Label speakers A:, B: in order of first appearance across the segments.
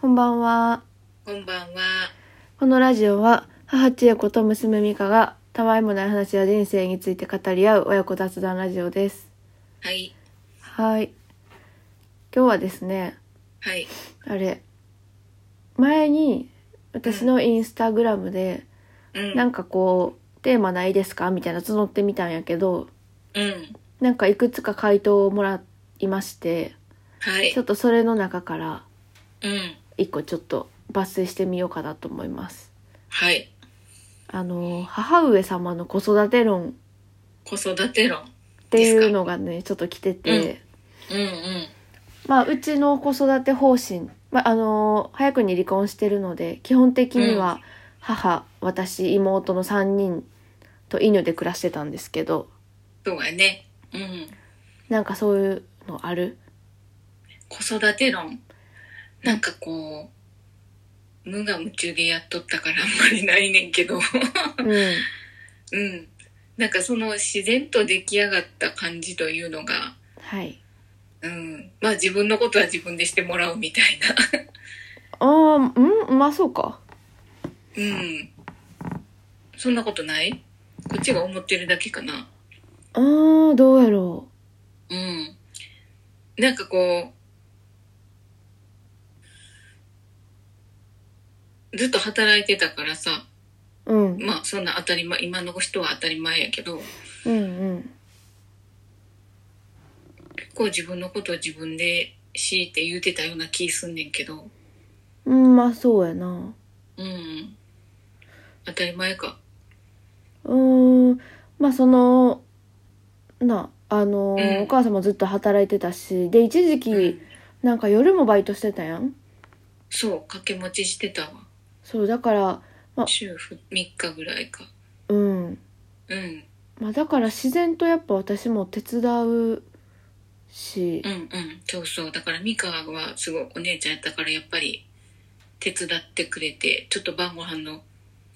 A: こんばんは。
B: こんばんは。
A: このラジオは、母千恵子と娘美香が、たわいもない話や人生について語り合う親子雑談ラジオです。
B: はい。
A: はい。今日はですね、
B: はい。
A: あれ、前に、私のインスタグラムで、
B: うん。
A: なんかこう、テーマないですかみたいな募ってみたんやけど、
B: うん。
A: なんかいくつか回答をもらいまして、
B: はい
A: ちょ。っとそれの中から、
B: うん。
A: 一個ちょっと抜粋してみようかなと思います。
B: はい。
A: あの、母上様の子育て論
B: 子育て論。
A: っていうのがね、ちょっと来てて、
B: うんうん。
A: まあ、うちの子育て方針、まあ、あの、早くに離婚してるので、基本的には母、私、妹の3人と犬で暮らしてたんですけど、
B: そうやね。うん。
A: なんかそういうのある
B: 子育て論。なんかこう、無我夢中でやっとったからあんまりないねんけど。
A: うん。
B: うん。なんかその自然と出来上がった感じというのが、
A: はい。
B: うん。まあ自分のことは自分でしてもらうみたいな。
A: ああ、うんまあそうか。
B: うん。そんなことないこっちが思ってるだけかな。
A: ああ、どうやろ
B: うん。なんかこう、ずっと働いてたからさ、
A: う。うん。
B: まあそんな当たり前、今の人は当たり前やけど、
A: うんうん。
B: 結構自分のことを自分で強いて言うてたような気すんねんけど、
A: うん、まあそうやな。
B: うん。当たり前か。
A: うーんまあそのなあのー、
B: うん
A: お母さんもずっと働いてたしで一時期なんか夜もバイトしてたやん
B: そう、掛け持ちしてたわ。
A: そうだから
B: 週3日ぐらいか。
A: うん
B: うん。
A: まあだから自然とやっぱ私も手伝うし
B: うんうん。そうそう。だから美香はすごいお姉ちゃんやったからやっぱり手伝ってくれて、ちょっと晩ご飯の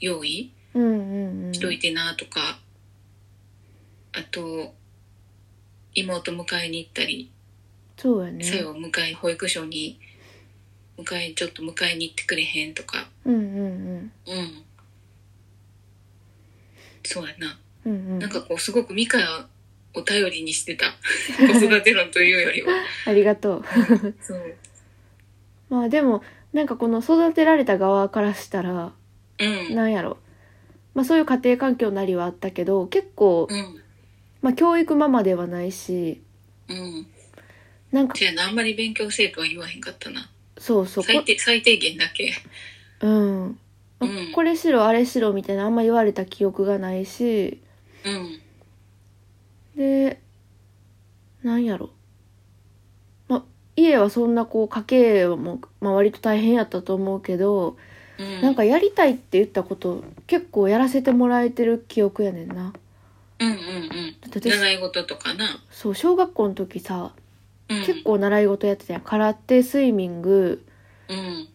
B: 用意
A: うんうんうん
B: しといてなとか、あと妹迎えに行ったり
A: そうやね
B: さよ、を迎え保育所に迎えちょっと迎えに行ってくれへんとか
A: うんうん
B: うんそうやな、
A: うんうんう
B: なん
A: ん
B: かこうすごくミカを頼りにしてた子育て論というよりは
A: ありがとう
B: そう
A: まあでもなんかこの育てられた側からしたら
B: うん
A: なんやろまあそういう家庭環境なりはあったけど結構
B: うん
A: まあ教育ママではないし
B: うん
A: なんか
B: じゃあなあんまり勉強せえとは言わへんかったな
A: そうそう
B: 最
A: こ
B: 低最低限だけ
A: うん、ま
B: うん
A: これしろあれしろみたいなあんま言われた記憶がないし
B: うん
A: でなんやろ、ま、家はそんなこう家計も、まあ、割と大変やったと思うけど、
B: うん
A: なんかやりたいって言ったこと結構やらせてもらえてる記憶やねんな。
B: うんうんうん
A: だって私
B: 習い事とかな、
A: そう小学校の時さ
B: うん、
A: 結構習い事やってたやん空手スイミング
B: うん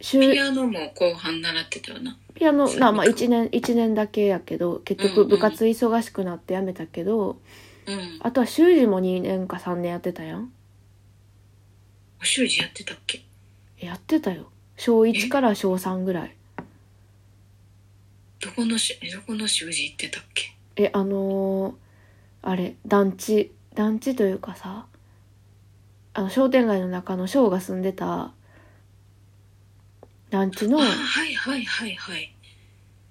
A: 週
B: ピアノも後半習ってたよな。
A: ピアノ
B: そう
A: なまあ1年一年だけやけど結
B: うん
A: 局
B: うん
A: 部活忙しくなってやめたけど、
B: うん。
A: あとは習字も2年か3年やってたやん
B: お習字やってたっけ
A: えやってたよ小1から小3ぐらい
B: どこのし、どこの習字行ってたっけ
A: えあのーあれ団地団地というかさあの商店街の中の翔が住んでた団地
B: あ
A: の
B: あ、はいはいはいはい。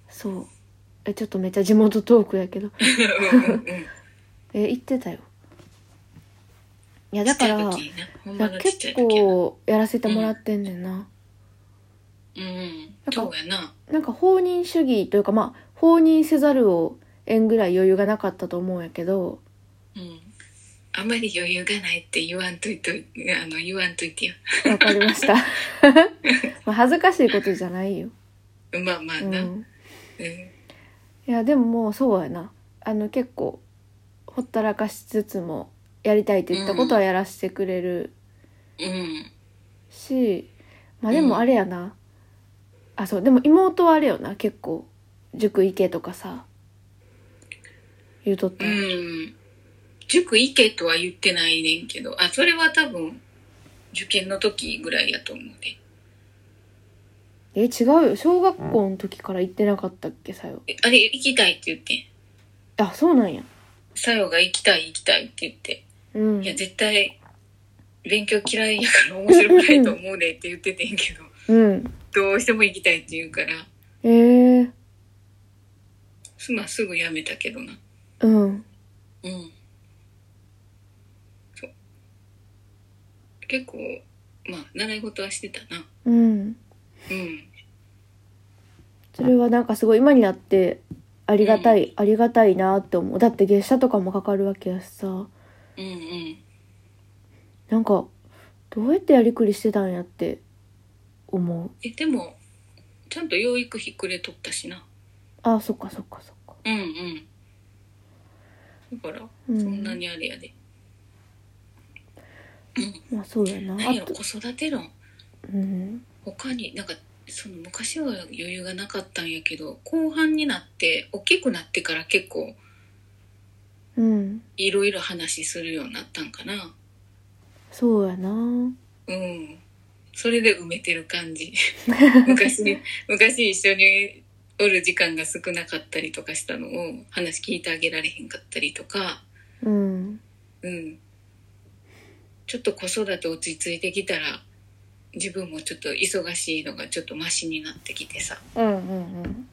A: そうえちょっとめっちゃ地元トークやけど
B: うんうんうん。
A: え行ってたよいや
B: ち
A: だ
B: っち
A: か
B: ゃい
A: ら
B: 時にな。ほん
A: だか
B: まの
A: ら
B: ちっちゃ
A: 結
B: い時やな。
A: 構やらせてもらってんねんな、
B: うん。
A: なんか
B: そうやな。
A: なんか放任主義というかまあ放任せざるをえんぐらい余裕がなかったと思うんやけど
B: うん。あんまり余裕がないって言わんといと、あの、言わんといてよ。
A: わかりま したまあ恥ずかしいことじゃないよ、
B: まあまあ
A: う
B: な。うん。
A: ん、いやでももうそうやなあの結構ほったらかしつつもやりたいって言ったことはやらせてくれる
B: うん。
A: し、まあでもあれやな、あそうでも妹はあれよな結構塾行けとかさ言うとった、
B: うん。塾行けとは言ってないねんけど、あ、それは多分、受験の時ぐらいやと思うね。
A: え違うよ小学校の時から行ってなかったっけさよ
B: えあれ行きたいって言って
A: あそうなんや
B: さよが行きたい行きたいって言って、
A: うん
B: いや絶対勉強嫌いやから面白くないと思うねって言っててんけど
A: うん
B: どうしても行きたいって言うから
A: えー、
B: すまあすぐやめたけどな
A: うん
B: うんそう結構まあ習い事はしてたな
A: うん
B: うん
A: それはなんかすごい今になってありがたい、ありがたいなって思うだって月謝とかもかかるわけやしさ
B: うんうん
A: なんかどうやってやりくりしてたんやって思う
B: えでもちゃんと養育費くれとったしな
A: あそっかそっかそっか
B: うんうんだから
A: う
B: そ
A: ん
B: んなにあれやで、うん、
A: まあそうやな
B: 何や
A: あ
B: ろ
A: と
B: 子育て論
A: うん
B: 他になんかその昔は余裕がなかったんやけど後半になって大きくなってから結構
A: うん
B: いろいろ話するようになったんかな
A: そうやな
B: うんそれで埋めてる 感じ昔昔一緒におる時間が少なかったりとかしたのを話聞いてあげられへんかったりとか
A: うん
B: うん。ちょっと子育て落ち着いてきたら、自分もちょっと忙しいのがちょっとマシになってきてさ。
A: うんうん
B: うん。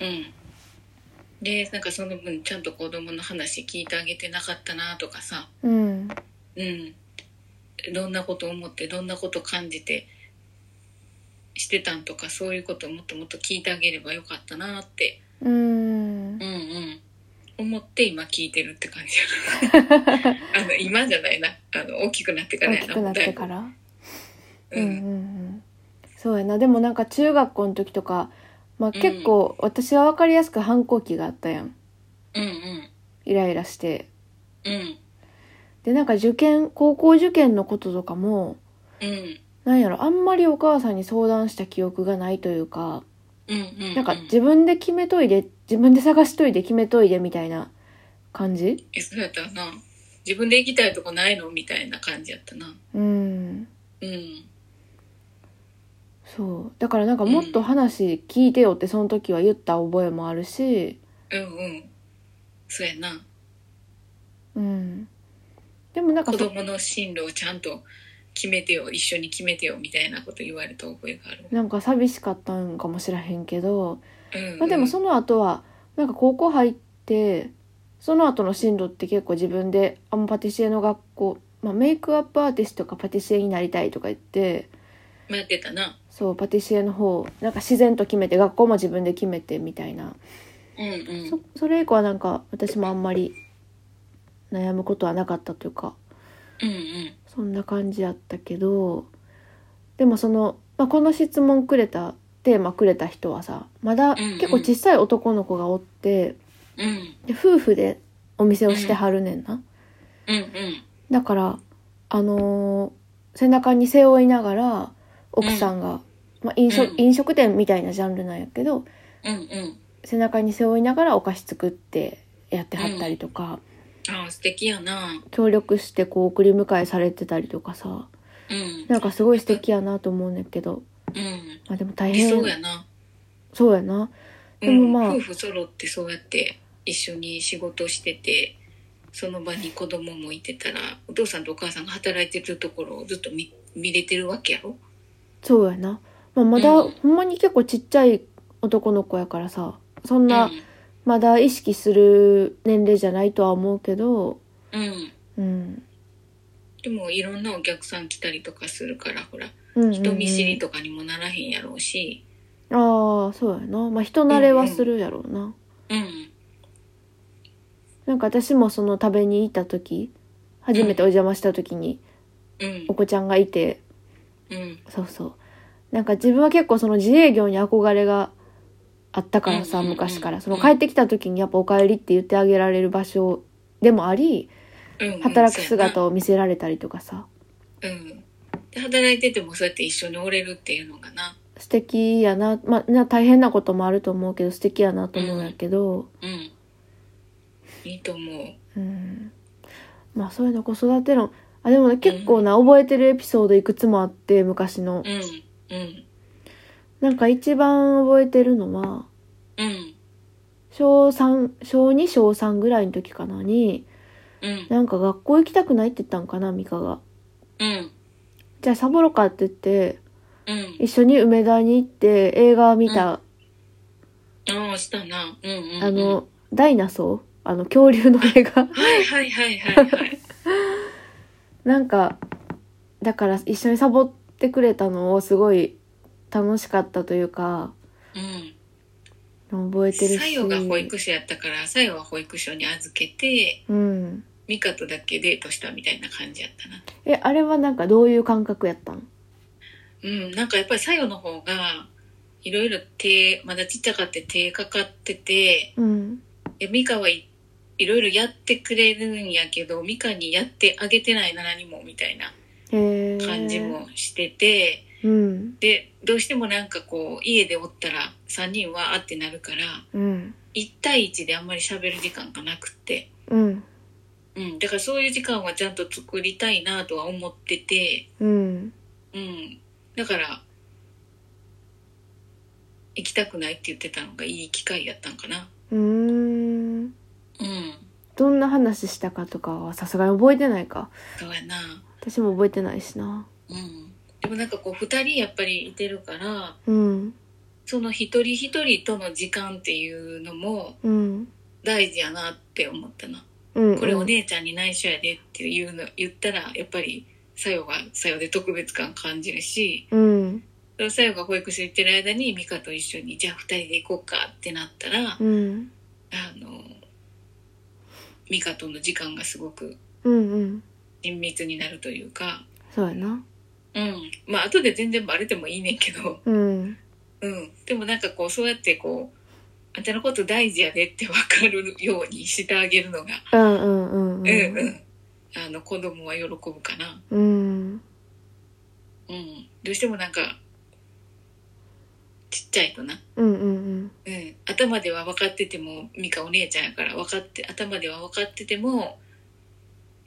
B: で、なんかその分ちゃんと子供の話聞いてあげてなかったなとかさ。
A: うんうん
B: うん。どんなこと思って、どんなこと感じて、してたんとか、そういうことをもっともっと聞いてあげればよかったなって。
A: うん
B: うんうん。思って今聞いてるって感じ あの、今じゃないな。あの、大きくなってから
A: 大
B: や
A: き
B: な。
A: くなってからう
B: う
A: んうん
B: ん
A: うんそうやなでもなんか中学校の時とかまあ
B: うん
A: 結構私は分かりやすく反抗期があったやん
B: うんうん
A: イライラして
B: うん
A: でなんか受験高校受験のこととかも
B: うん
A: なんやろあんまりお母さんに相談した記憶がないというか
B: うんうん
A: なんか自分で決めといで自分で探しといて決めといでみたいな感じ
B: えそうやったらな自分で行きたいとこないのみたいな感じやったな
A: うん
B: うん
A: そうだからなんかもっと話聞いてよってその時は言った覚えもあるし、
B: うんうんそうやな
A: うん、でもなんか
B: 子
A: そ
B: 供の進路をちゃんと決めてよ一緒に決めてよみたいなこと言われた覚えがある
A: なんか寂しかったんかもしらへんけど、
B: うん、うん、
A: まあ、でもその後はなんか高校入ってその後の進路って結構自分であんまパティシエの学校、まあ、メイクアップアーティストかパティシエになりたいとか言って
B: まあやってたな
A: そうパティシエの方なんか自然と決めて学校も自分で決めてみたいな
B: うんうん
A: そそれ以降はなんか私もあんまり悩むことはなかったというか
B: うんうん
A: そんな感じやったけどでもその、まあ、この質問くれたテーマくれた人はさまだ
B: んうん
A: 結構小さい男の子がおって
B: うん
A: で夫婦でお店をしてはるねんな。
B: うんうん
A: だからあのー背中に背負いながら奥さんが、まあ、飲食
B: うん
A: 飲食店みたいなジャンルなんやけど
B: うんうん
A: 背中に背負いながらお菓子作ってやってはったりとか、
B: ああ素敵やな
A: 協力してこう送り迎えされてたりとかさ
B: うん
A: なんかすごい素敵やなと思うねんけど、
B: うん
A: まあ、でも大
B: 理
A: 変
B: 想やな
A: そうやなでもまあ
B: うん、夫婦揃ってそうやって一緒に仕事しててその場に子供もいてたらお父さんとお母さんが働いてるところをずっと見見れてるわけやろ
A: そうやな、まあ、まだ、
B: うん
A: ほんまに結構ちっちゃい男の子やからさそんな、
B: うん
A: まだ意識する年齢じゃないとは思うけど
B: うん、
A: うん。
B: でもいろんなお客さん来たりとかするからほら
A: うんうんうん
B: 人見知りとかにもならへんやろうし
A: ああそうやなまあ人慣れはするやろうな、
B: うん
A: なんか私もその食べに行った時初めてお邪魔した時に
B: うん
A: お子ちゃんがいて
B: うん
A: そうそうなんか自分は結構その自営業に憧れがあったからさ
B: うんうんうん
A: 昔からその帰ってきた時にやっぱ「おかえり」って言ってあげられる場所でもあり
B: うん
A: 働く
B: を
A: 姿を見せられたりとかさ
B: うんで働いててもそうやって一緒におれるっていうのがな
A: 素敵やなまあな大変なこともあると思うけど素敵やなと思うんやけど、
B: うんいいと思う
A: うん、まあそういうの子育て論あでもね結構な覚えてるエピソードいくつもあって昔の
B: うんうん
A: なんか一番覚えてるのは、
B: うん。
A: 小3、小2、小3ぐらいの時かなに、
B: うん。
A: なんか学校行きたくないって言ったんかな、ミカが。
B: うん。
A: じゃあサボろうかって言って、
B: うん。
A: 一緒に梅田に行って映画見た、
B: ああ、したな。うんうん、うん。
A: あの、ダイナソーあの、恐竜の映画。
B: はいはいはいはいはい。
A: なんか、だから一緒にサボってくれたのをすごい楽しかったというか、
B: うん。
A: 覚えてるし。
B: さよが保育所やったから、さよは保育所に預けて、
A: うん。
B: ミカとだけデートしたみたいな感じやったな。
A: え、あれはなんかどういう感覚やったん
B: うん、なんかやっぱりさよの方が、いろいろ手、まだちっちゃかって手かかってて、
A: うん。
B: えミカはい、いろいろやってくれるんやけど、ミカにやってあげてないな何もみたいな
A: へえ。
B: 感じ。もしてて、
A: うん。
B: で、どうしてもなんかこう、家でおったら3人はあってなるから、
A: うん。
B: 1対1であんまり喋る時間がなくって、
A: うん。
B: うん、だからそういう時間はちゃんと作りたいなとは思ってて、
A: うん。
B: うん、だから行きたくないって言ってたのがいい機会やったんかな
A: うーん。
B: うん
A: どんな話したかとかはさすがに覚えてないか。
B: そうやな
A: 私も覚えてないしな。
B: うんでもなんかこう2人やっぱりいてるから
A: うん。
B: その一人一人との時間っていうのも
A: うん。
B: 大事やなって思ったな
A: うん。
B: これお。姉ちゃんに内緒やでっていうの言ったらやっぱりさよがさよで特別感感じるし
A: うん。
B: そのさよが保育所行ってる間に美香と一緒にじゃあ2人で行こうかってなったら、
A: うん。
B: あの美香との時間がすごく
A: うんうん。
B: 親密になるというか、
A: そうやな。
B: うん、まあ後で全然バレてもいいねんけど、
A: うん。
B: うん、でもなんかこうそうやってこうあんたのこと大事やでって分かるようにしてあげるのが、
A: うんうんうん
B: うんう、
A: うん
B: あの子供は喜ぶかな、
A: ん。うん。
B: うん、どうしてもなんかちっちゃいとな
A: うんうん
B: うん、頭では分かってても美香お姉ちゃんやから分かって頭では分かってても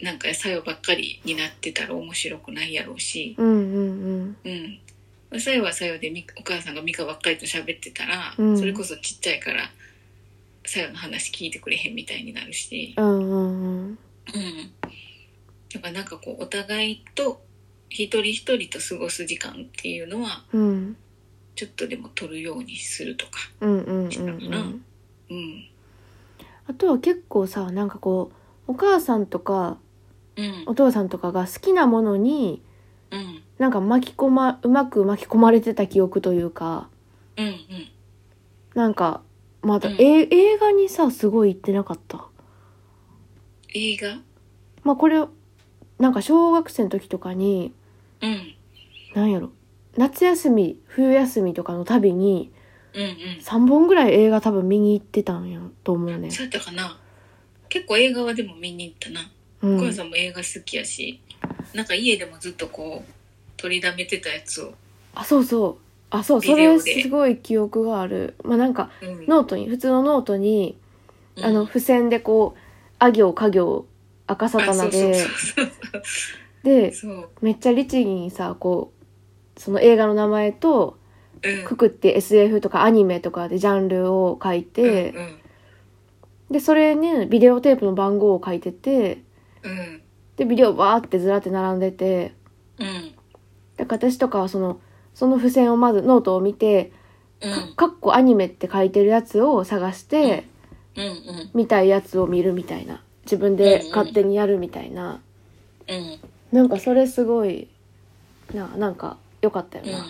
B: なんか作用ばっかりになってたら面白くないやろうし、
A: うん。うんうん
B: うん、作用は作用でみお母さんが美香ばっかりと喋ってたら、
A: うん
B: それこそちっちゃいから作用の話聞いてくれへんみたいになるし、
A: うん。うんうんうん。
B: うん、だからなんかこうお互いと一人一人と過ごす時間っていうのは
A: うん。
B: ちょっとでも取るようにするとか、
A: うんうんうんうん。
B: うん
A: あとは結構さ、なんかこう、お母さんとか
B: うん
A: お父さんとかが好きなものに、
B: うん
A: なんか巻き込ま、うまく巻き込まれてた記憶というか、
B: うんうん
A: なんか、まだ、
B: うん
A: え映画にさ、すごい行ってなかった。
B: 映画
A: まあこれ、なんか小学生の時とかに、
B: うん
A: なんやろ、夏休み、冬休みとかのたびに、
B: うんうん
A: 3本ぐらい映画多分見に行ってたんやと思うね。
B: そうやったかな結構映画はでも見に行ったな、
A: う
B: お母
A: ん。
B: さんも映画好きやしなんか家でもずっとこう取りだめてたやつを、
A: あ、そうそう。あ、そう、そ
B: ビデ
A: れ
B: オです
A: ごい記憶がある。まあなんか、
B: うん
A: ノートに、普通のノートに、
B: うん
A: あの、付箋でこう、あ行、か行、赤
B: あそ
A: 魚
B: うそう
A: で
B: そう、そう
A: で、
B: そう
A: めっちゃ律儀にさ、こう、その映画の名前と、
B: うん
A: くくって SF とかアニメとかでジャンルを書いて、
B: うん
A: で、それにビデオテープの番号を書いてて、
B: うん
A: で、ビデオバーってずらって並んでて、
B: うん
A: だから私とかはその、その付箋をまずノートを見て、
B: うんうん
A: かっこアニメって書いてるやつを探して、
B: うんうん
A: 見たいやつを見るみたいな。自分で勝手にやるみたいな。
B: うん
A: なんかそれすごい、な、なんか良かったよな。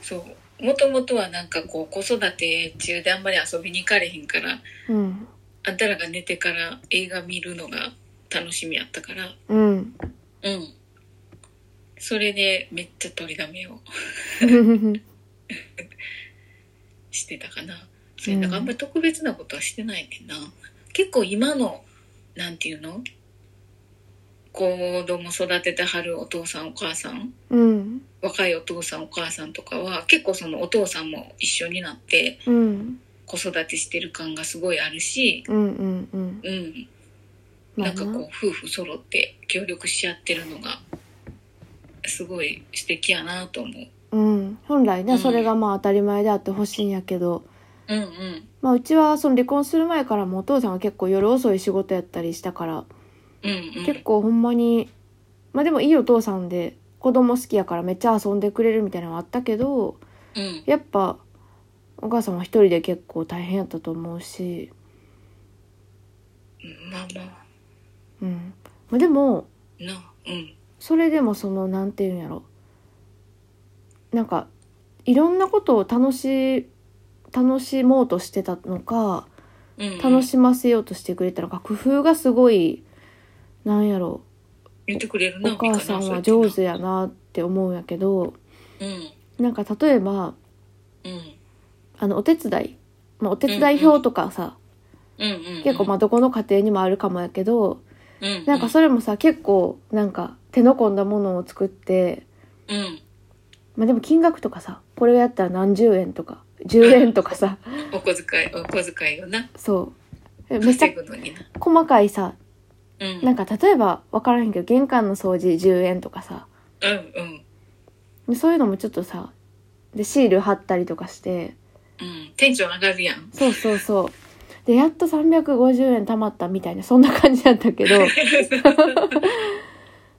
B: そうもともとはなんかこう子育て中であんまり遊びに行かれへんから
A: うん。
B: あんたらが寝てから映画見るのが楽しみやったから
A: うん。
B: うん。それでめっちゃ取りだめをしてたかな。それなんかあんまり特別なことはしてないねんな。結構今の、なんていうの子供育ててはるお父さんお母さん、
A: うん。
B: 若いお父さんお母さんとかは結構そのお父さんも一緒になって
A: うん。
B: 子育てしてる感がすごいあるし、
A: うん。うん。うん。
B: うん。
A: まあ
B: なんかこう夫婦揃って協力し合ってるのがすごい素敵やなと思う。
A: うん。ほ本来ね、
B: うん
A: それがまあ当たり前であってほしいんやけど、
B: うんうん
A: まあ、うちはその離婚する前からもお父さんが結構夜遅い仕事やったりしたから
B: うんうん
A: 結構ほんまにまあでもいいお父さんで子供好きやからめっちゃ遊んでくれるみたいなのはあったけど
B: うん
A: やっぱお母さんは一人で結構大変やったと思うし、
B: まあまあ
A: うんまあ、でも
B: なうん
A: それでもそのなんていうんやろなんかいろんなことを楽し楽しもうとしてたのか
B: うんうん
A: 楽しませようとしてくれたのか工夫がすごいなんやろ
B: 言ってくれる
A: お
B: な
A: 母さんは
B: みかな
A: 上手やなって思うんやけど
B: そうやって
A: なんか例えば
B: なうん
A: あのお手伝い、まあ、お手伝い表とかさ
B: うんうんうん
A: 結構まあどこの家庭にもあるかもやけど
B: うん
A: なんかそれもさ結構なんか手の込んだものを作って
B: うん
A: まあでも金額とかさこれをやったら何十円とか10円とかさ
B: お小遣いお小遣いをな
A: そうめっちゃ
B: 稼ぐのにな
A: 細かいさ
B: うん
A: なんか例えば分からへんけど玄関の掃除10円とかさ
B: うんうん
A: でそういうのもちょっとさでシール貼ったりとかして
B: うんテンション上がるやん
A: そうそうそうでやっと350円貯まったみたいなそんな感じだったけど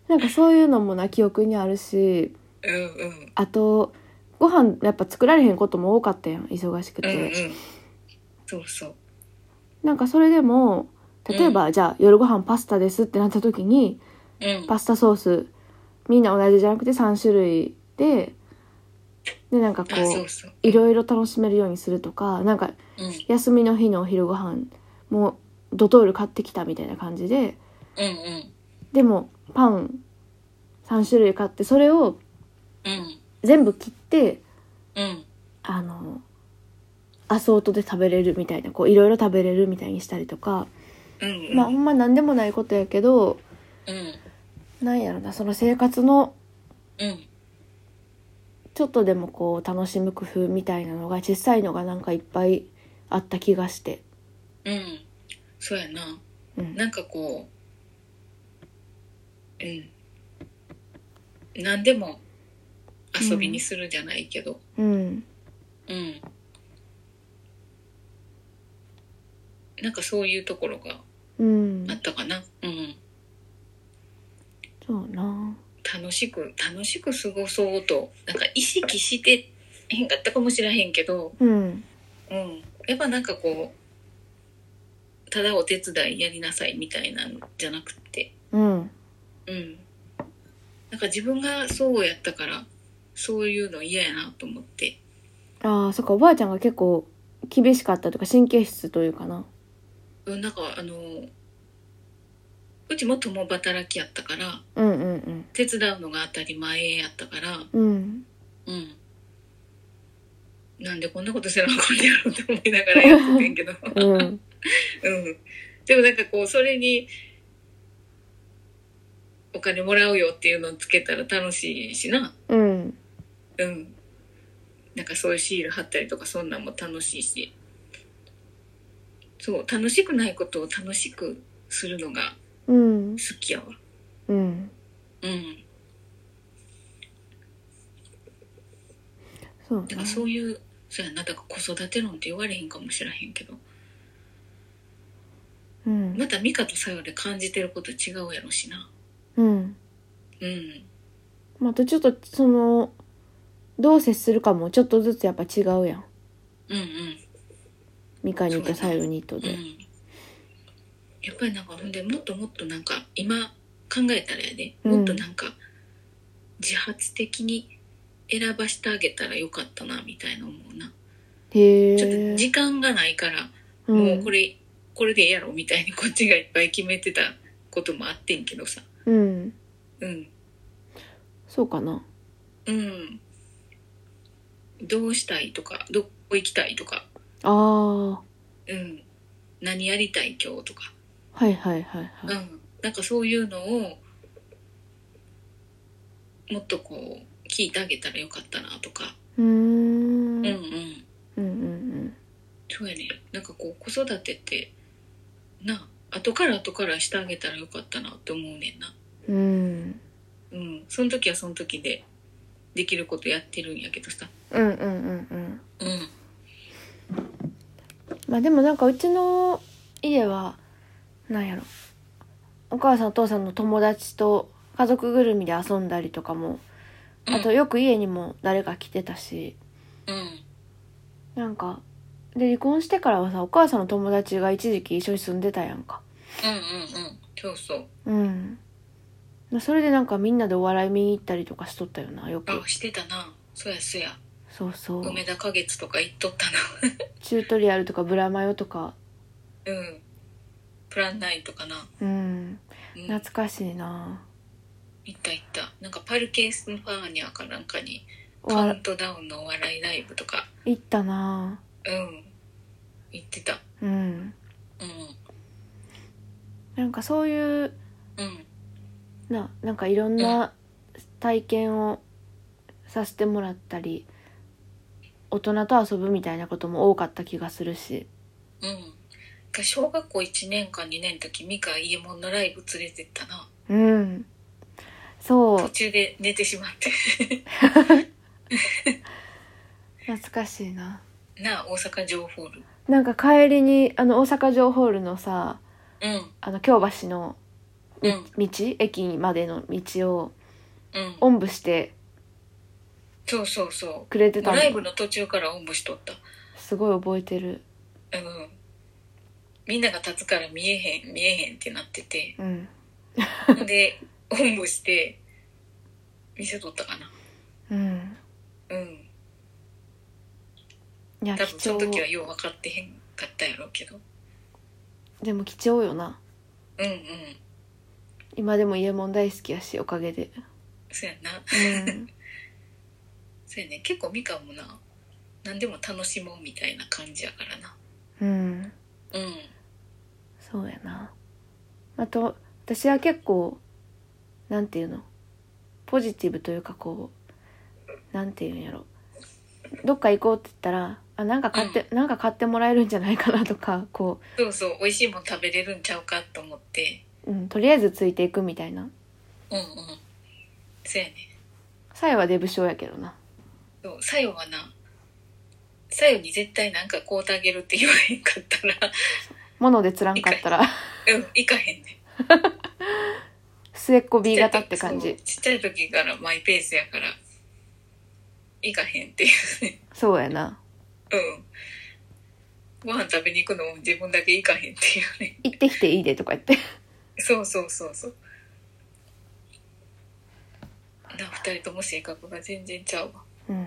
A: なんかそういうのもな記憶にあるし
B: うんうん
A: あとご飯やっぱ作られへんことも多かったやん忙しく
B: うんう
A: て、
B: んそうそう
A: なんかそれでも例えば、じゃあ夜ご飯パスタですってなった時に
B: うん
A: パスタソースみんな同じじゃなくて3種類ででなんかこ
B: あそううそう
A: いろいろ楽しめるようにするとかなんか
B: うん
A: 休みの日のお昼ご飯もドトール買ってきたみたいな感じで
B: うんうん
A: でもパン3種類買ってそれを
B: うん
A: 全部切って
B: うん
A: あのアソートで食べれるみたいなこういろいろ食べれるみたいにしたりとか、
B: うんうん
A: まあほんま何でもないことやけど
B: うん
A: なんやろなその生活の
B: うん
A: ちょっとでもこう楽しむ工夫みたいなのが小さいのがなんかいっぱいあった気がして。
B: うんそうやな
A: うん、
B: なんかこう、うん。何でも遊びにするじゃないけど、
A: うん、
B: うん。なんかそういうところが
A: うん
B: あ、ったかな。うん。
A: そうな
B: 楽しく、楽しく過ごそうと、なんか意識してへんかったかもしれへんけど、
A: うん
B: うん。やっぱなんかこう、ただお手伝いやりなさいみたいなんじゃなくて、
A: うん
B: うん。なんか自分がそうやったから、そういうの嫌やなと思って。
A: ああそっかおばあちゃんが結構厳しかったというか神経質というかな
B: うん、なんかあの、うちも共働きやったから、
A: うんうん
B: 手伝うのが当たり前やったから、
A: うんうん
B: うん。なんでこんなことせなあかんねやろって思いながらやっててん けど。
A: うん
B: うん。でもなんかこう、それに、お金もらうよっていうのをつけたら楽しいしな。
A: うん
B: うん。なんかそういうシール貼ったりとかそんなんも楽しいし。そう、楽しくないことを楽しくするのが
A: うん
B: 好きやわ。
A: うん
B: うん。
A: そう
B: だ
A: な
B: からそういう、そうやな、だから子育て論って言われへんかもしれへんけど、
A: うん
B: またミカとさよで感じてること違うやろしな。
A: うん
B: うん。
A: またちょっとそのどう接するかもちょっとずつやっぱ違うやん
B: うんうん。
A: ミカニとサヨニと
B: う
A: で
B: ん。やっぱりなんか、ほんで、もっともっとなんか、今考えたらやで、
A: うん
B: もっとなんか、自発的に選ばしてあげたらよかったな、みたいな思うな。
A: へ
B: ちょっと
A: え
B: 時間がないから、
A: う
B: もうこ
A: ん
B: れ、これでええやろ、みたい にこっちがいっぱい決めてたこともあってんけどさ。
A: うん
B: うん。
A: そうかな
B: うん。どうしたいとか、どこ行きたいとか、
A: ああ
B: うん。何やりたい今日とか。
A: はいはいはいは
B: う
A: い
B: ん、なんかそういうのをもっとこう聞いてあげたらよかったなとか、
A: うーん
B: う
A: うん
B: うんん、
A: うんうん
B: そうやねなんかこう子育てってな後から後からしてあげたらよかったなって思うねんな、
A: うん
B: うん、その時はその時でできることやってるんやけどさ
A: うんうんうんうん
B: うん
A: まあでもなんかうちの家はなんやろお母さんお父さんの友達と家族ぐるみで遊んだりとかも
B: うん
A: あとよく家にも誰か来てたし
B: うん
A: なんかで離婚してからはさお母さんの友達が一時期一緒に住んでたやんか
B: うんうんうんそうそう
A: うんまあそれでなんかみんなでお笑い見に行ったりとかしとったよなよく
B: あしてたなそうやそうや
A: そうそう
B: 梅田花月とか行っとった
A: チュートリアルとかブラマヨとか
B: な うんプラン9とかな、
A: うん
B: うん、行っ
A: 懐かしいな
B: た行ったなんかパルケースファーニャかなんかに
A: お
B: カウ
A: わ
B: ントダウンのお笑いライブとか
A: 行ったな
B: うん行ってた
A: うん
B: うん
A: なんかそういう
B: うん
A: ななんかいろんな体験をさせてもらったり大人と遊ぶみたいなことも多かった気がするし
B: うんが小学校1年か2年の時ミカ伊右衛門のライブ連れてったな
A: うんそ
B: 途
A: う
B: 中で寝てしまって
A: 懐かしいな
B: なあ大阪城ホール
A: なんか帰りにあの大阪城ホールのさ
B: うん
A: あの京橋のみ
B: うん
A: 道駅までの道を
B: うん
A: おんぶして
B: そうそうそ
A: くれ
B: う
A: て
B: も
A: た
B: う
A: の
B: ライブの途中からおんぶしとった
A: すごい覚えてる
B: うんみんなが立つから見えへん見えへんってなって て
A: うん
B: でおんぶして見せとったかな
A: うん
B: うん
A: いや
B: 多分
A: 貴
B: その
A: 重
B: 時はよう分かってへんかったやろうけど
A: でも貴重よな
B: うんうん
A: 今でも家もん大好きやしおかげで
B: そうやな
A: うん
B: そうやね結構みかんもな何でも楽しもうみたいな感じやからな
A: うん
B: うん
A: そうやなあと私は結構なんていうのポジティブというかこうなんていうんやろどっか行こうって言ったらあなんか買って、なんか買ってもらえるんじゃないかなとかこ
B: そうそう美味しいもん食べれるんちゃうかと思って
A: う、うん、とりあえずついていくみたいな
B: うんうんそうやね
A: さえはデブ症やけどな
B: そうさよはなさよに絶対なんかこうてあげるって言わへんかったら
A: 物でつらんかったら
B: うん行かへんね
A: 末っ子 B 型って感
B: そう
A: じ
B: ちっちゃい時からマイペースやから行かへんっていうね
A: そうやな
B: うんご飯食べに行くのも自分だけ行かへんっていうね
A: 行ってきていいでとか言って
B: そうそうそうそうな二人とも性格が全然ちゃうわ
A: うん
B: うん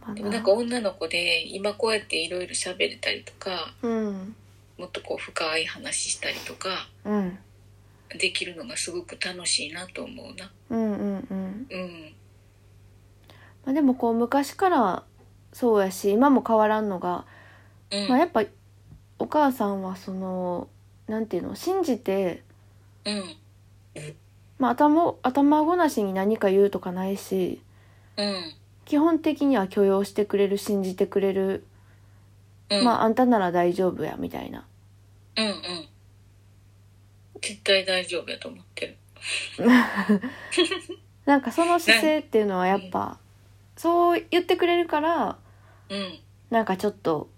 A: まあ
B: でもなんか女の子で今こうやっていろいろ喋れたりとか
A: うん
B: もっとこう深い話したりとか
A: うん
B: できるのがすごく楽しいなと思うな
A: うんうんうん
B: うん
A: まあ、でもこう昔からそうやし今も変わらんのが、
B: うん、
A: まあ、やっぱお母さんはそのなんていうの信じて、
B: うん
A: まあ、頭頭ごなしに何か言うとかないし
B: うん
A: 基本的には許容してくれる信じてくれる、
B: うん
A: まああんたなら大丈夫やみたいな
B: うんうん絶対大丈夫やと思ってる
A: なんかその姿勢っていうのはやっぱそう言ってくれるから
B: うん
A: なんかちょっと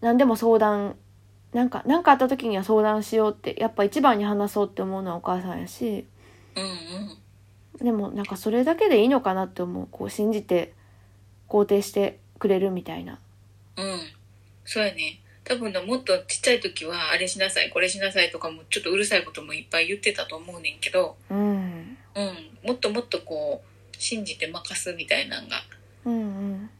A: 何でも相談なんか何かあった時には相談しようってやっぱ一番に話そうって思うのはお母さんやし
B: うんうん
A: でもなんかそれだけでいいのかなって思うこう信じて肯定してくれるみたいな
B: うんそうやね多分なもっとちっちゃい時はあれしなさいこれしなさいとかもちょっとうるさいこともいっぱい言ってたと思うねんけど
A: うん
B: うんもっともっとこう信じて任すみたいなんが
A: うんうん
B: うん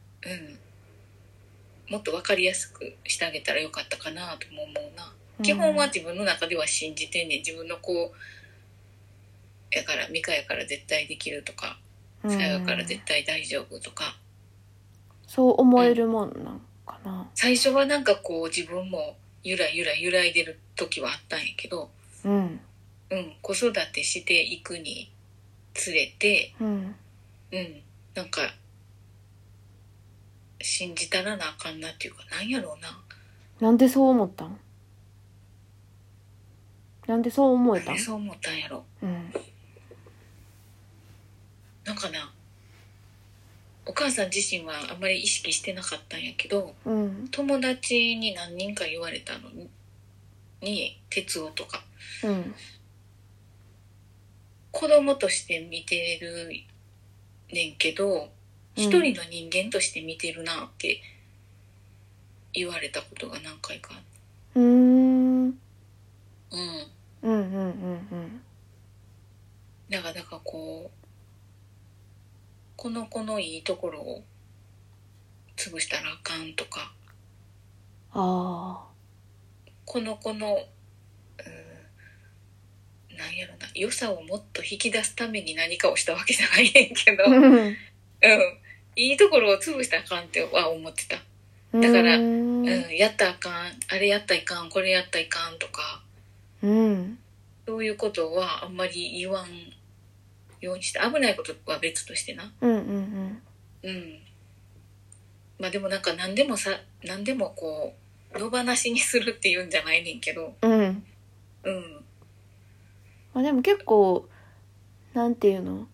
B: もっと分かりやすくしてあげたらよかったかなとも思うな
A: うん
B: 基本は自分の中では信じてんねん自分の子やからミカやから絶対できるとか
A: うん
B: さやから絶対大丈夫とか
A: そう思えるもんなんかな
B: 最初はなんかこう自分もゆらゆら揺らいでる時はあったんやけど、
A: うん
B: うん、子育てしていくにつれて、
A: うん
B: うん、なんか信じたらなあかんなっていうかなんやろうな
A: なんでそう思ったんなんでそう思え
B: な
A: た
B: ん
A: ん
B: でそう思ったんやろ
A: うん
B: なんかなお母さん自身はあんまり意識してなかったんやけど
A: うん
B: 友達に何人か言われたのにに哲夫とか
A: うん
B: 子供として見てるねんけ
A: う
B: ど
A: ん
B: 一人の人間として見てるなって言われたことが何回かあっ
A: うーんうん
B: たう
A: うん
B: ん
A: うん
B: だからだからこうこの子のいいところを潰したらあかんとか
A: あ
B: この子のうんなんやろな良さをもっと引き出すために何かをしたわけじゃないねんけど、
A: あ
B: うん、
A: うん
B: いいところを潰したらあかんっては思ってた、だからうんやったらあかんあれやったらいかんこれやったらいかんとか
A: うん
B: そういうことはあんまり言わんようにして危ないことは別としてな
A: うんうん
B: うん。まあでもなんか何でもさ、何でもこう、野放しにするっていうんじゃないねんけど、
A: うんうん
B: うん。
A: まあでも結構なんていうの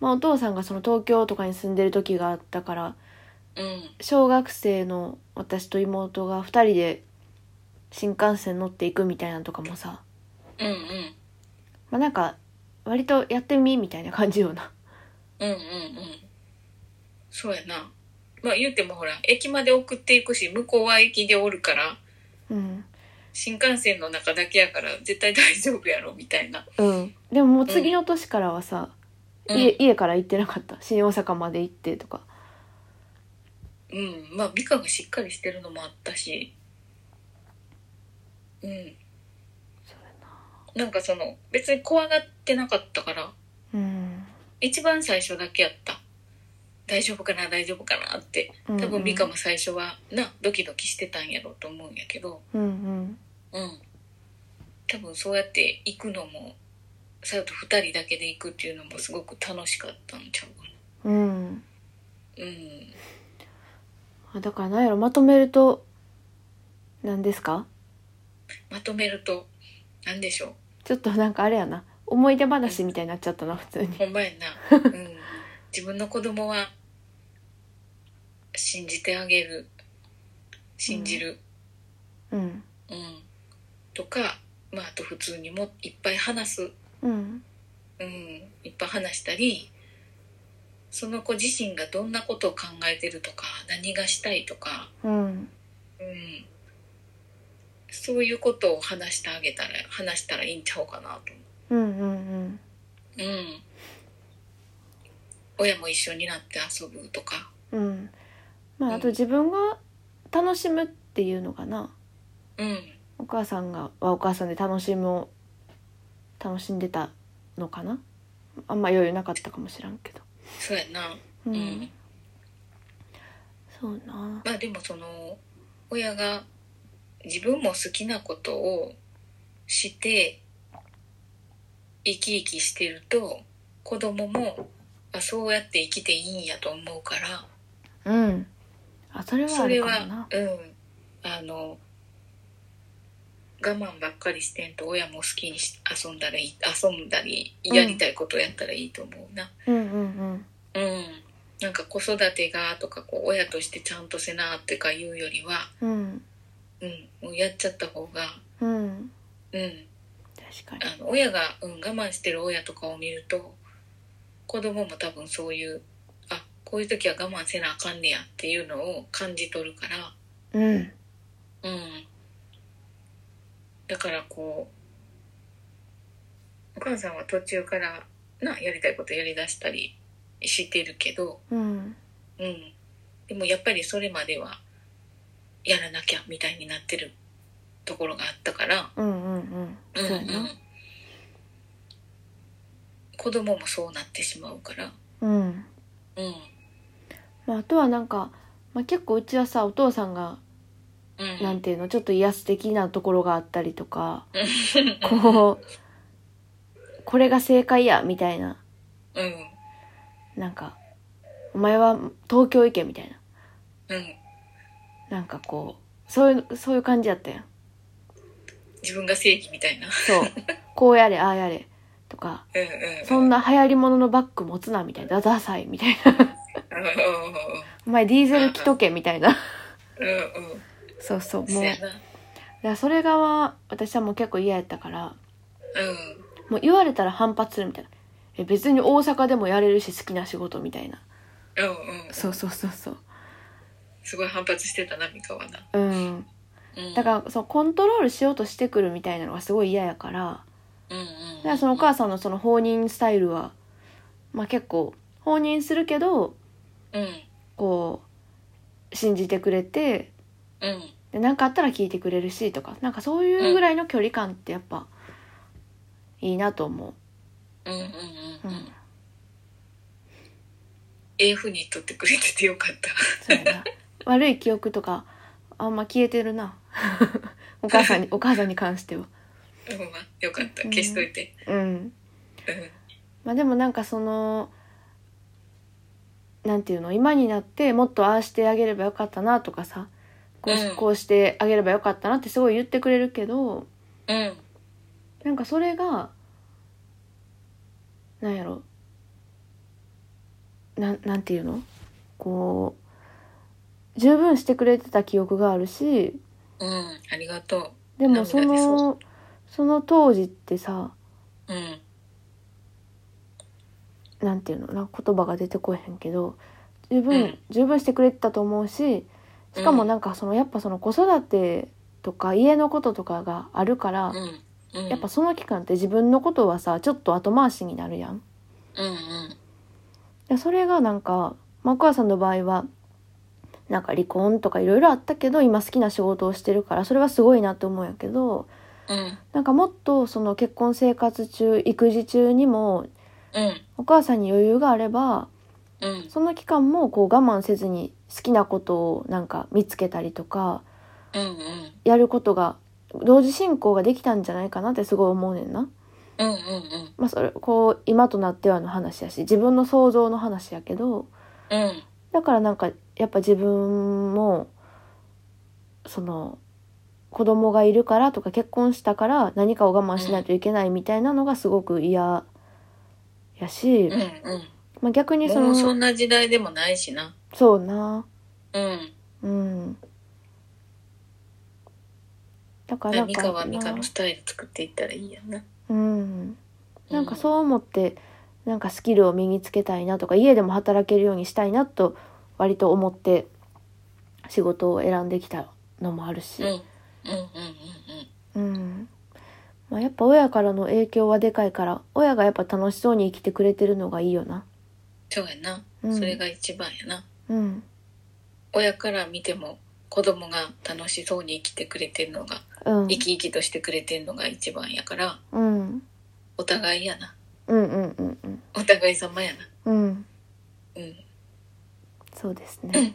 A: まあお父さんがその東京とかに住んでる時があったから
B: うん。
A: 小学生の私と妹が二人で新幹線乗っていくみたいなのとかもさ
B: うんうん。
A: まあなんか割とやってみみたいな感じよな
B: うんうんうん。そうやな。まあ言うてもほら、駅まで送っていくし、向こうは駅でおるから、
A: うん
B: 新幹線の中だけやから絶対大丈夫やろ、みたいな。
A: うんでももう次の年からはさ、
B: うん
A: 家家から行ってなかった新大阪まで行ってとか
B: うん。まあ美化がしっかりしてるのもあったし、うん。
A: そ
B: なんかその、別に怖がってなかったから、
A: れな
B: 一番最初だけやった大丈夫かな大丈夫かなって
A: うん
B: 多分美香
A: も
B: も最初はなドキドキしてたんやろうと思うんやけど
A: うんうん
B: うん多分そうやって行くのもさよと2人だけで行くっていうのもすごく楽しかったんちゃうか
A: うん
B: なうん
A: あだからなんやろまとめると何ですか
B: まとめると何でしょ
A: ちょっとなんかあれやな思い出話みたいになっちゃったな普通
B: う
A: に
B: ほん まやな、うん、自分の子供は信じてあげる信じる、
A: うん
B: うん、とか、まあ、あと普通にもいっぱい話す、
A: うん
B: うん、いっぱい話したりその子自身がどんなことを考えてるとか何がしたいとか、
A: うん
B: うん、そういうことを話してあげたら話したらいいんちゃうかなと
A: うんうん
B: 思う、うん、親も一緒になって遊ぶとか、
A: うんうんま
B: う
A: あ
B: ん
A: あと自分が楽しむっていうのかな
B: うん、
A: お母さんがはお母さんで楽しむを楽しんでたのかなあんま余裕なかったかもしらんけど
B: そうやな、
A: う、
B: うんん、
A: そうな
B: まあでもその親が自分も好きなことをして生き生きしてると子供もあそうやって生きていいんやと思うから
A: うんあそれは
B: そ
A: あ
B: れ
A: る
B: は
A: かもな
B: うんあの我慢ばっかりしてんと親も好きにし遊んだらいい遊んだり
A: うん
B: やりたいことやったらいいと思うな。
A: うんうん
B: うん、なんか子育てがとかこう親としてちゃんとせなってか言うよりは。
A: うんうん
B: うん、もうやっちゃった方が、
A: うん
B: うん、
A: 確かに
B: あの親が、うん、我慢してる親とかを見ると子供も多分そういうあこういう時は我慢せなあかんねやっていうのを感じ取るか
A: うん
B: ら、うん、だからこうお母さんは途中からなやりたいことやりだしたりしてるけど、
A: うん
B: うん、でもやっぱりそれまではやらなきゃみたいになってるところがあったから。
A: うんうんうんそうや
B: うんうん
A: な
B: 子供もそうなってしまうから
A: うん
B: うん
A: まああとはなんか、まあ、結構うちはさお父さんが
B: うん
A: なんていうのちょっと癒す的なところがあったりと か
B: うん
A: こうこれが正解やみたいな
B: うん
A: なんかお前は東京行けみたいな
B: うん
A: なんかこうそういうそういう感じやったやん
B: 自分が正義みたいな
A: そうこうやれああやれとか、
B: うんうん。
A: そんな流行り物のバッグ持つなみたいな、ダサいみたいな。
B: うん
A: お前ディーゼル着とけみたいな。
B: うんうん。
A: そうそう、も。
B: そうう
A: だ
B: や
A: か
B: な。
A: らそれが私はもう結構嫌やったから、
B: うん。
A: もう言われたら反発するみたいな。え、別に大阪でもやれるし好きな仕事みたいな。
B: うんうん。
A: そうそうそうそう。
B: すごい反発してたな、三河な。
A: うん。
B: うん。
A: だから、そのコントロールしようとしてくるみたいなのがすごい嫌やから、
B: ら、うんうん。
A: だからそのお母さんのその放任スタイルは、まあ結構、放任するけど、
B: うん。
A: こう、信じてくれて、
B: うん。
A: で、なんかあったら聞いてくれるしとか、なんかそういうぐらいの距離感ってやっぱ、いいなと思
B: うんうん
A: う。
B: う
A: うん
B: うん
A: ん。。
B: ええふうに撮ってくれててよかった。
A: そうやな。悪い記憶とか、あんま消えてる な。お母さんに、お母さんに関しては。
B: ほんま、よかった。消しといて。
A: うん。
B: うん。
A: まあでもなんかその、なんていうの、今になってもっとああしてあげればよかったなとかさ、こうし,、
B: うん
A: こうしてあげればよかったなってすごい言ってくれるけど、
B: うん。
A: なんかそれが、なんやろ、なん、なんていうのこう、十分してくれてた記憶があるし、
B: うん。ありがと
A: でもそ
B: 涙出そ
A: のその当時ってさ
B: う。うん。
A: なんていうのなんか言葉が出てこえへんけど十
B: う
A: 分
B: ん
A: 十分してくれてたと思うししかもなんかそのやっぱその子育てとか家のこととかがあるから
B: うん。うん。
A: やっぱ、その期間って自分のことはさちょっと後回しになるやん。
B: うんうん。
A: でそれがなんかマクアさんの場合はなんか離婚とかいろいろあったけど今好きな仕事をしてるからそれはすごいなって思うんやけど
B: うん。
A: なんかもっとその結婚生活中育児中にも
B: うん。
A: お母さんに余裕があれば
B: うん。
A: その期間もこう我慢せずに好きなことをなんか見つけたりとか
B: うんうん。
A: やることが同時進行ができたんじゃないかなってすごい思うねんな。
B: うんうんうん。
A: まあそれこう今となってはの話やし自分の想像の話やけど
B: うん。
A: だからなんかやっぱ自分もその子供がいるからとか結婚したから何かを我慢しないといけないみたいなのがすごく嫌やし、
B: うんうん。
A: まあ、逆にそ
B: も
A: の
B: うそんな時代でもないしな。
A: そうな
B: うん。
A: うん。だからなん
B: ミ
A: か
B: カはミカ
A: な
B: のスタイル作っていったらいいやな。
A: うん、なんかそう思ってなんかスキルを身につけたいなとか家でも働けるようにしたいなと割と思って仕事を選んできたのもある
B: うん。うんう
A: し、
B: んう
A: うんまあ、やっぱ親からの影響はでかいから親がやっぱ楽しそうに生きてくれてるのがいいよな。
B: んうん。そうやな。
A: うん
B: それが一番やな。
A: うん、
B: 親から見ても子供が楽しそうに生きてくれてるのが、
A: うん、
B: 生き生きとしてくれてるのが一番やから、
A: うん、
B: お互いやな。
A: うん、うん、うん、うん、
B: お互い様やな。
A: うん、
B: うん。うん。
A: そうですね。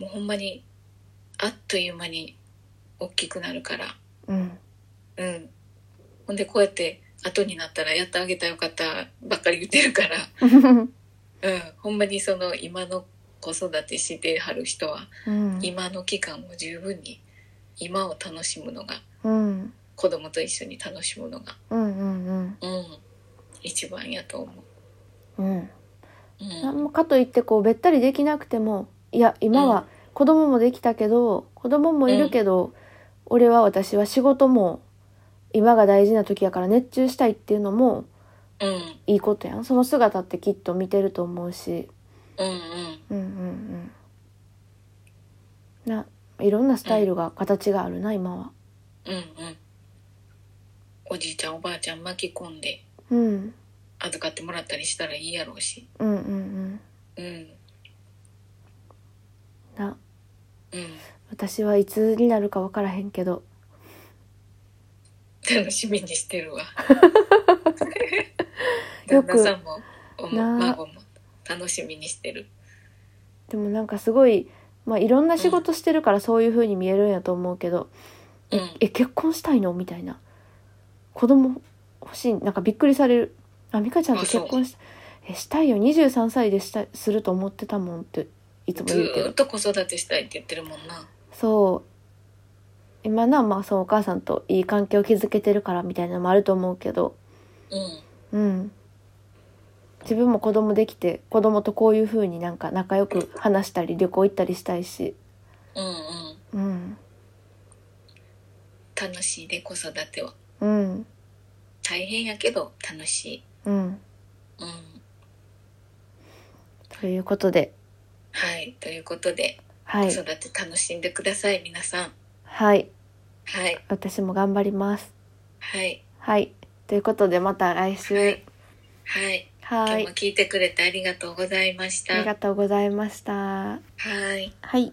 B: もうほんまに、あっという間に大きくなるから。
A: うん、
B: うん。ほんでこうやって後になったらやってあげたらよかったばっかり言ってるから。うん、ほんまにその今の子育てしてはる人は
A: うん、
B: 今の期間を十分に今を楽しむのが
A: うん、
B: 子供と一緒に楽しむのが、
A: うん、うん、うん。
B: うん、一番やと思
A: うん、
B: う。う、
A: なんんかといってこうべったりできなくてもいや今は子供もできたけど、子供もいるけど、俺は私は仕事も今が大事な時やから熱中したいっていうのも
B: うん、
A: いいことやんその姿ってきっと見てると思うし
B: うん、うん、
A: うんうんうんないろんなスタイルが、形があるな今は
B: うん、うん。おじいちゃんおばあちゃん巻き込んで
A: うん
B: 預かってもらったりしたらいいやろうし。
A: うんうんうん
B: うん、
A: な
B: うん。
A: 私はいつになるか分からへんけど
B: 楽しみにして るわ。
A: よ
B: 旦
A: く
B: 那さんも、おも
A: な
B: 孫も楽しみにしてる。
A: でもなんかすごい、まあ、いろんな仕事してるからそういう風に見えるんやと思うけど、
B: うん、
A: え結婚したいのみたいな子供欲しいなんかびっくりされるあ美香ちゃんと結婚したえしたいよ23歳でしたすると思ってたもんっていつも
B: ず
A: 言うけ
B: ー
A: ど
B: っと子育てしたいって言ってるもんな。
A: そう今なまあそうお母さんといい関係を築けてるからみたいなのもあると思うけど
B: うん
A: うん自分も子供できて子供とこういう風になんか仲良く話したり旅行行ったりしたいし
B: うんうん
A: うん
B: 楽しいで子育ては
A: うん
B: 大変やけど楽しい
A: うん
B: うん
A: ということで
B: はいということで
A: は
B: 子
A: い
B: 育て楽しんでください皆さん
A: はい
B: はい
A: 私も頑張ります
B: はい
A: はいということでまた来週
B: はいはい
A: はー
B: 今日
A: い
B: も聞いてくれてありがとうございました
A: ありがとうございました
B: はい
A: はい